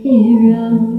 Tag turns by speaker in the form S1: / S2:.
S1: Hero.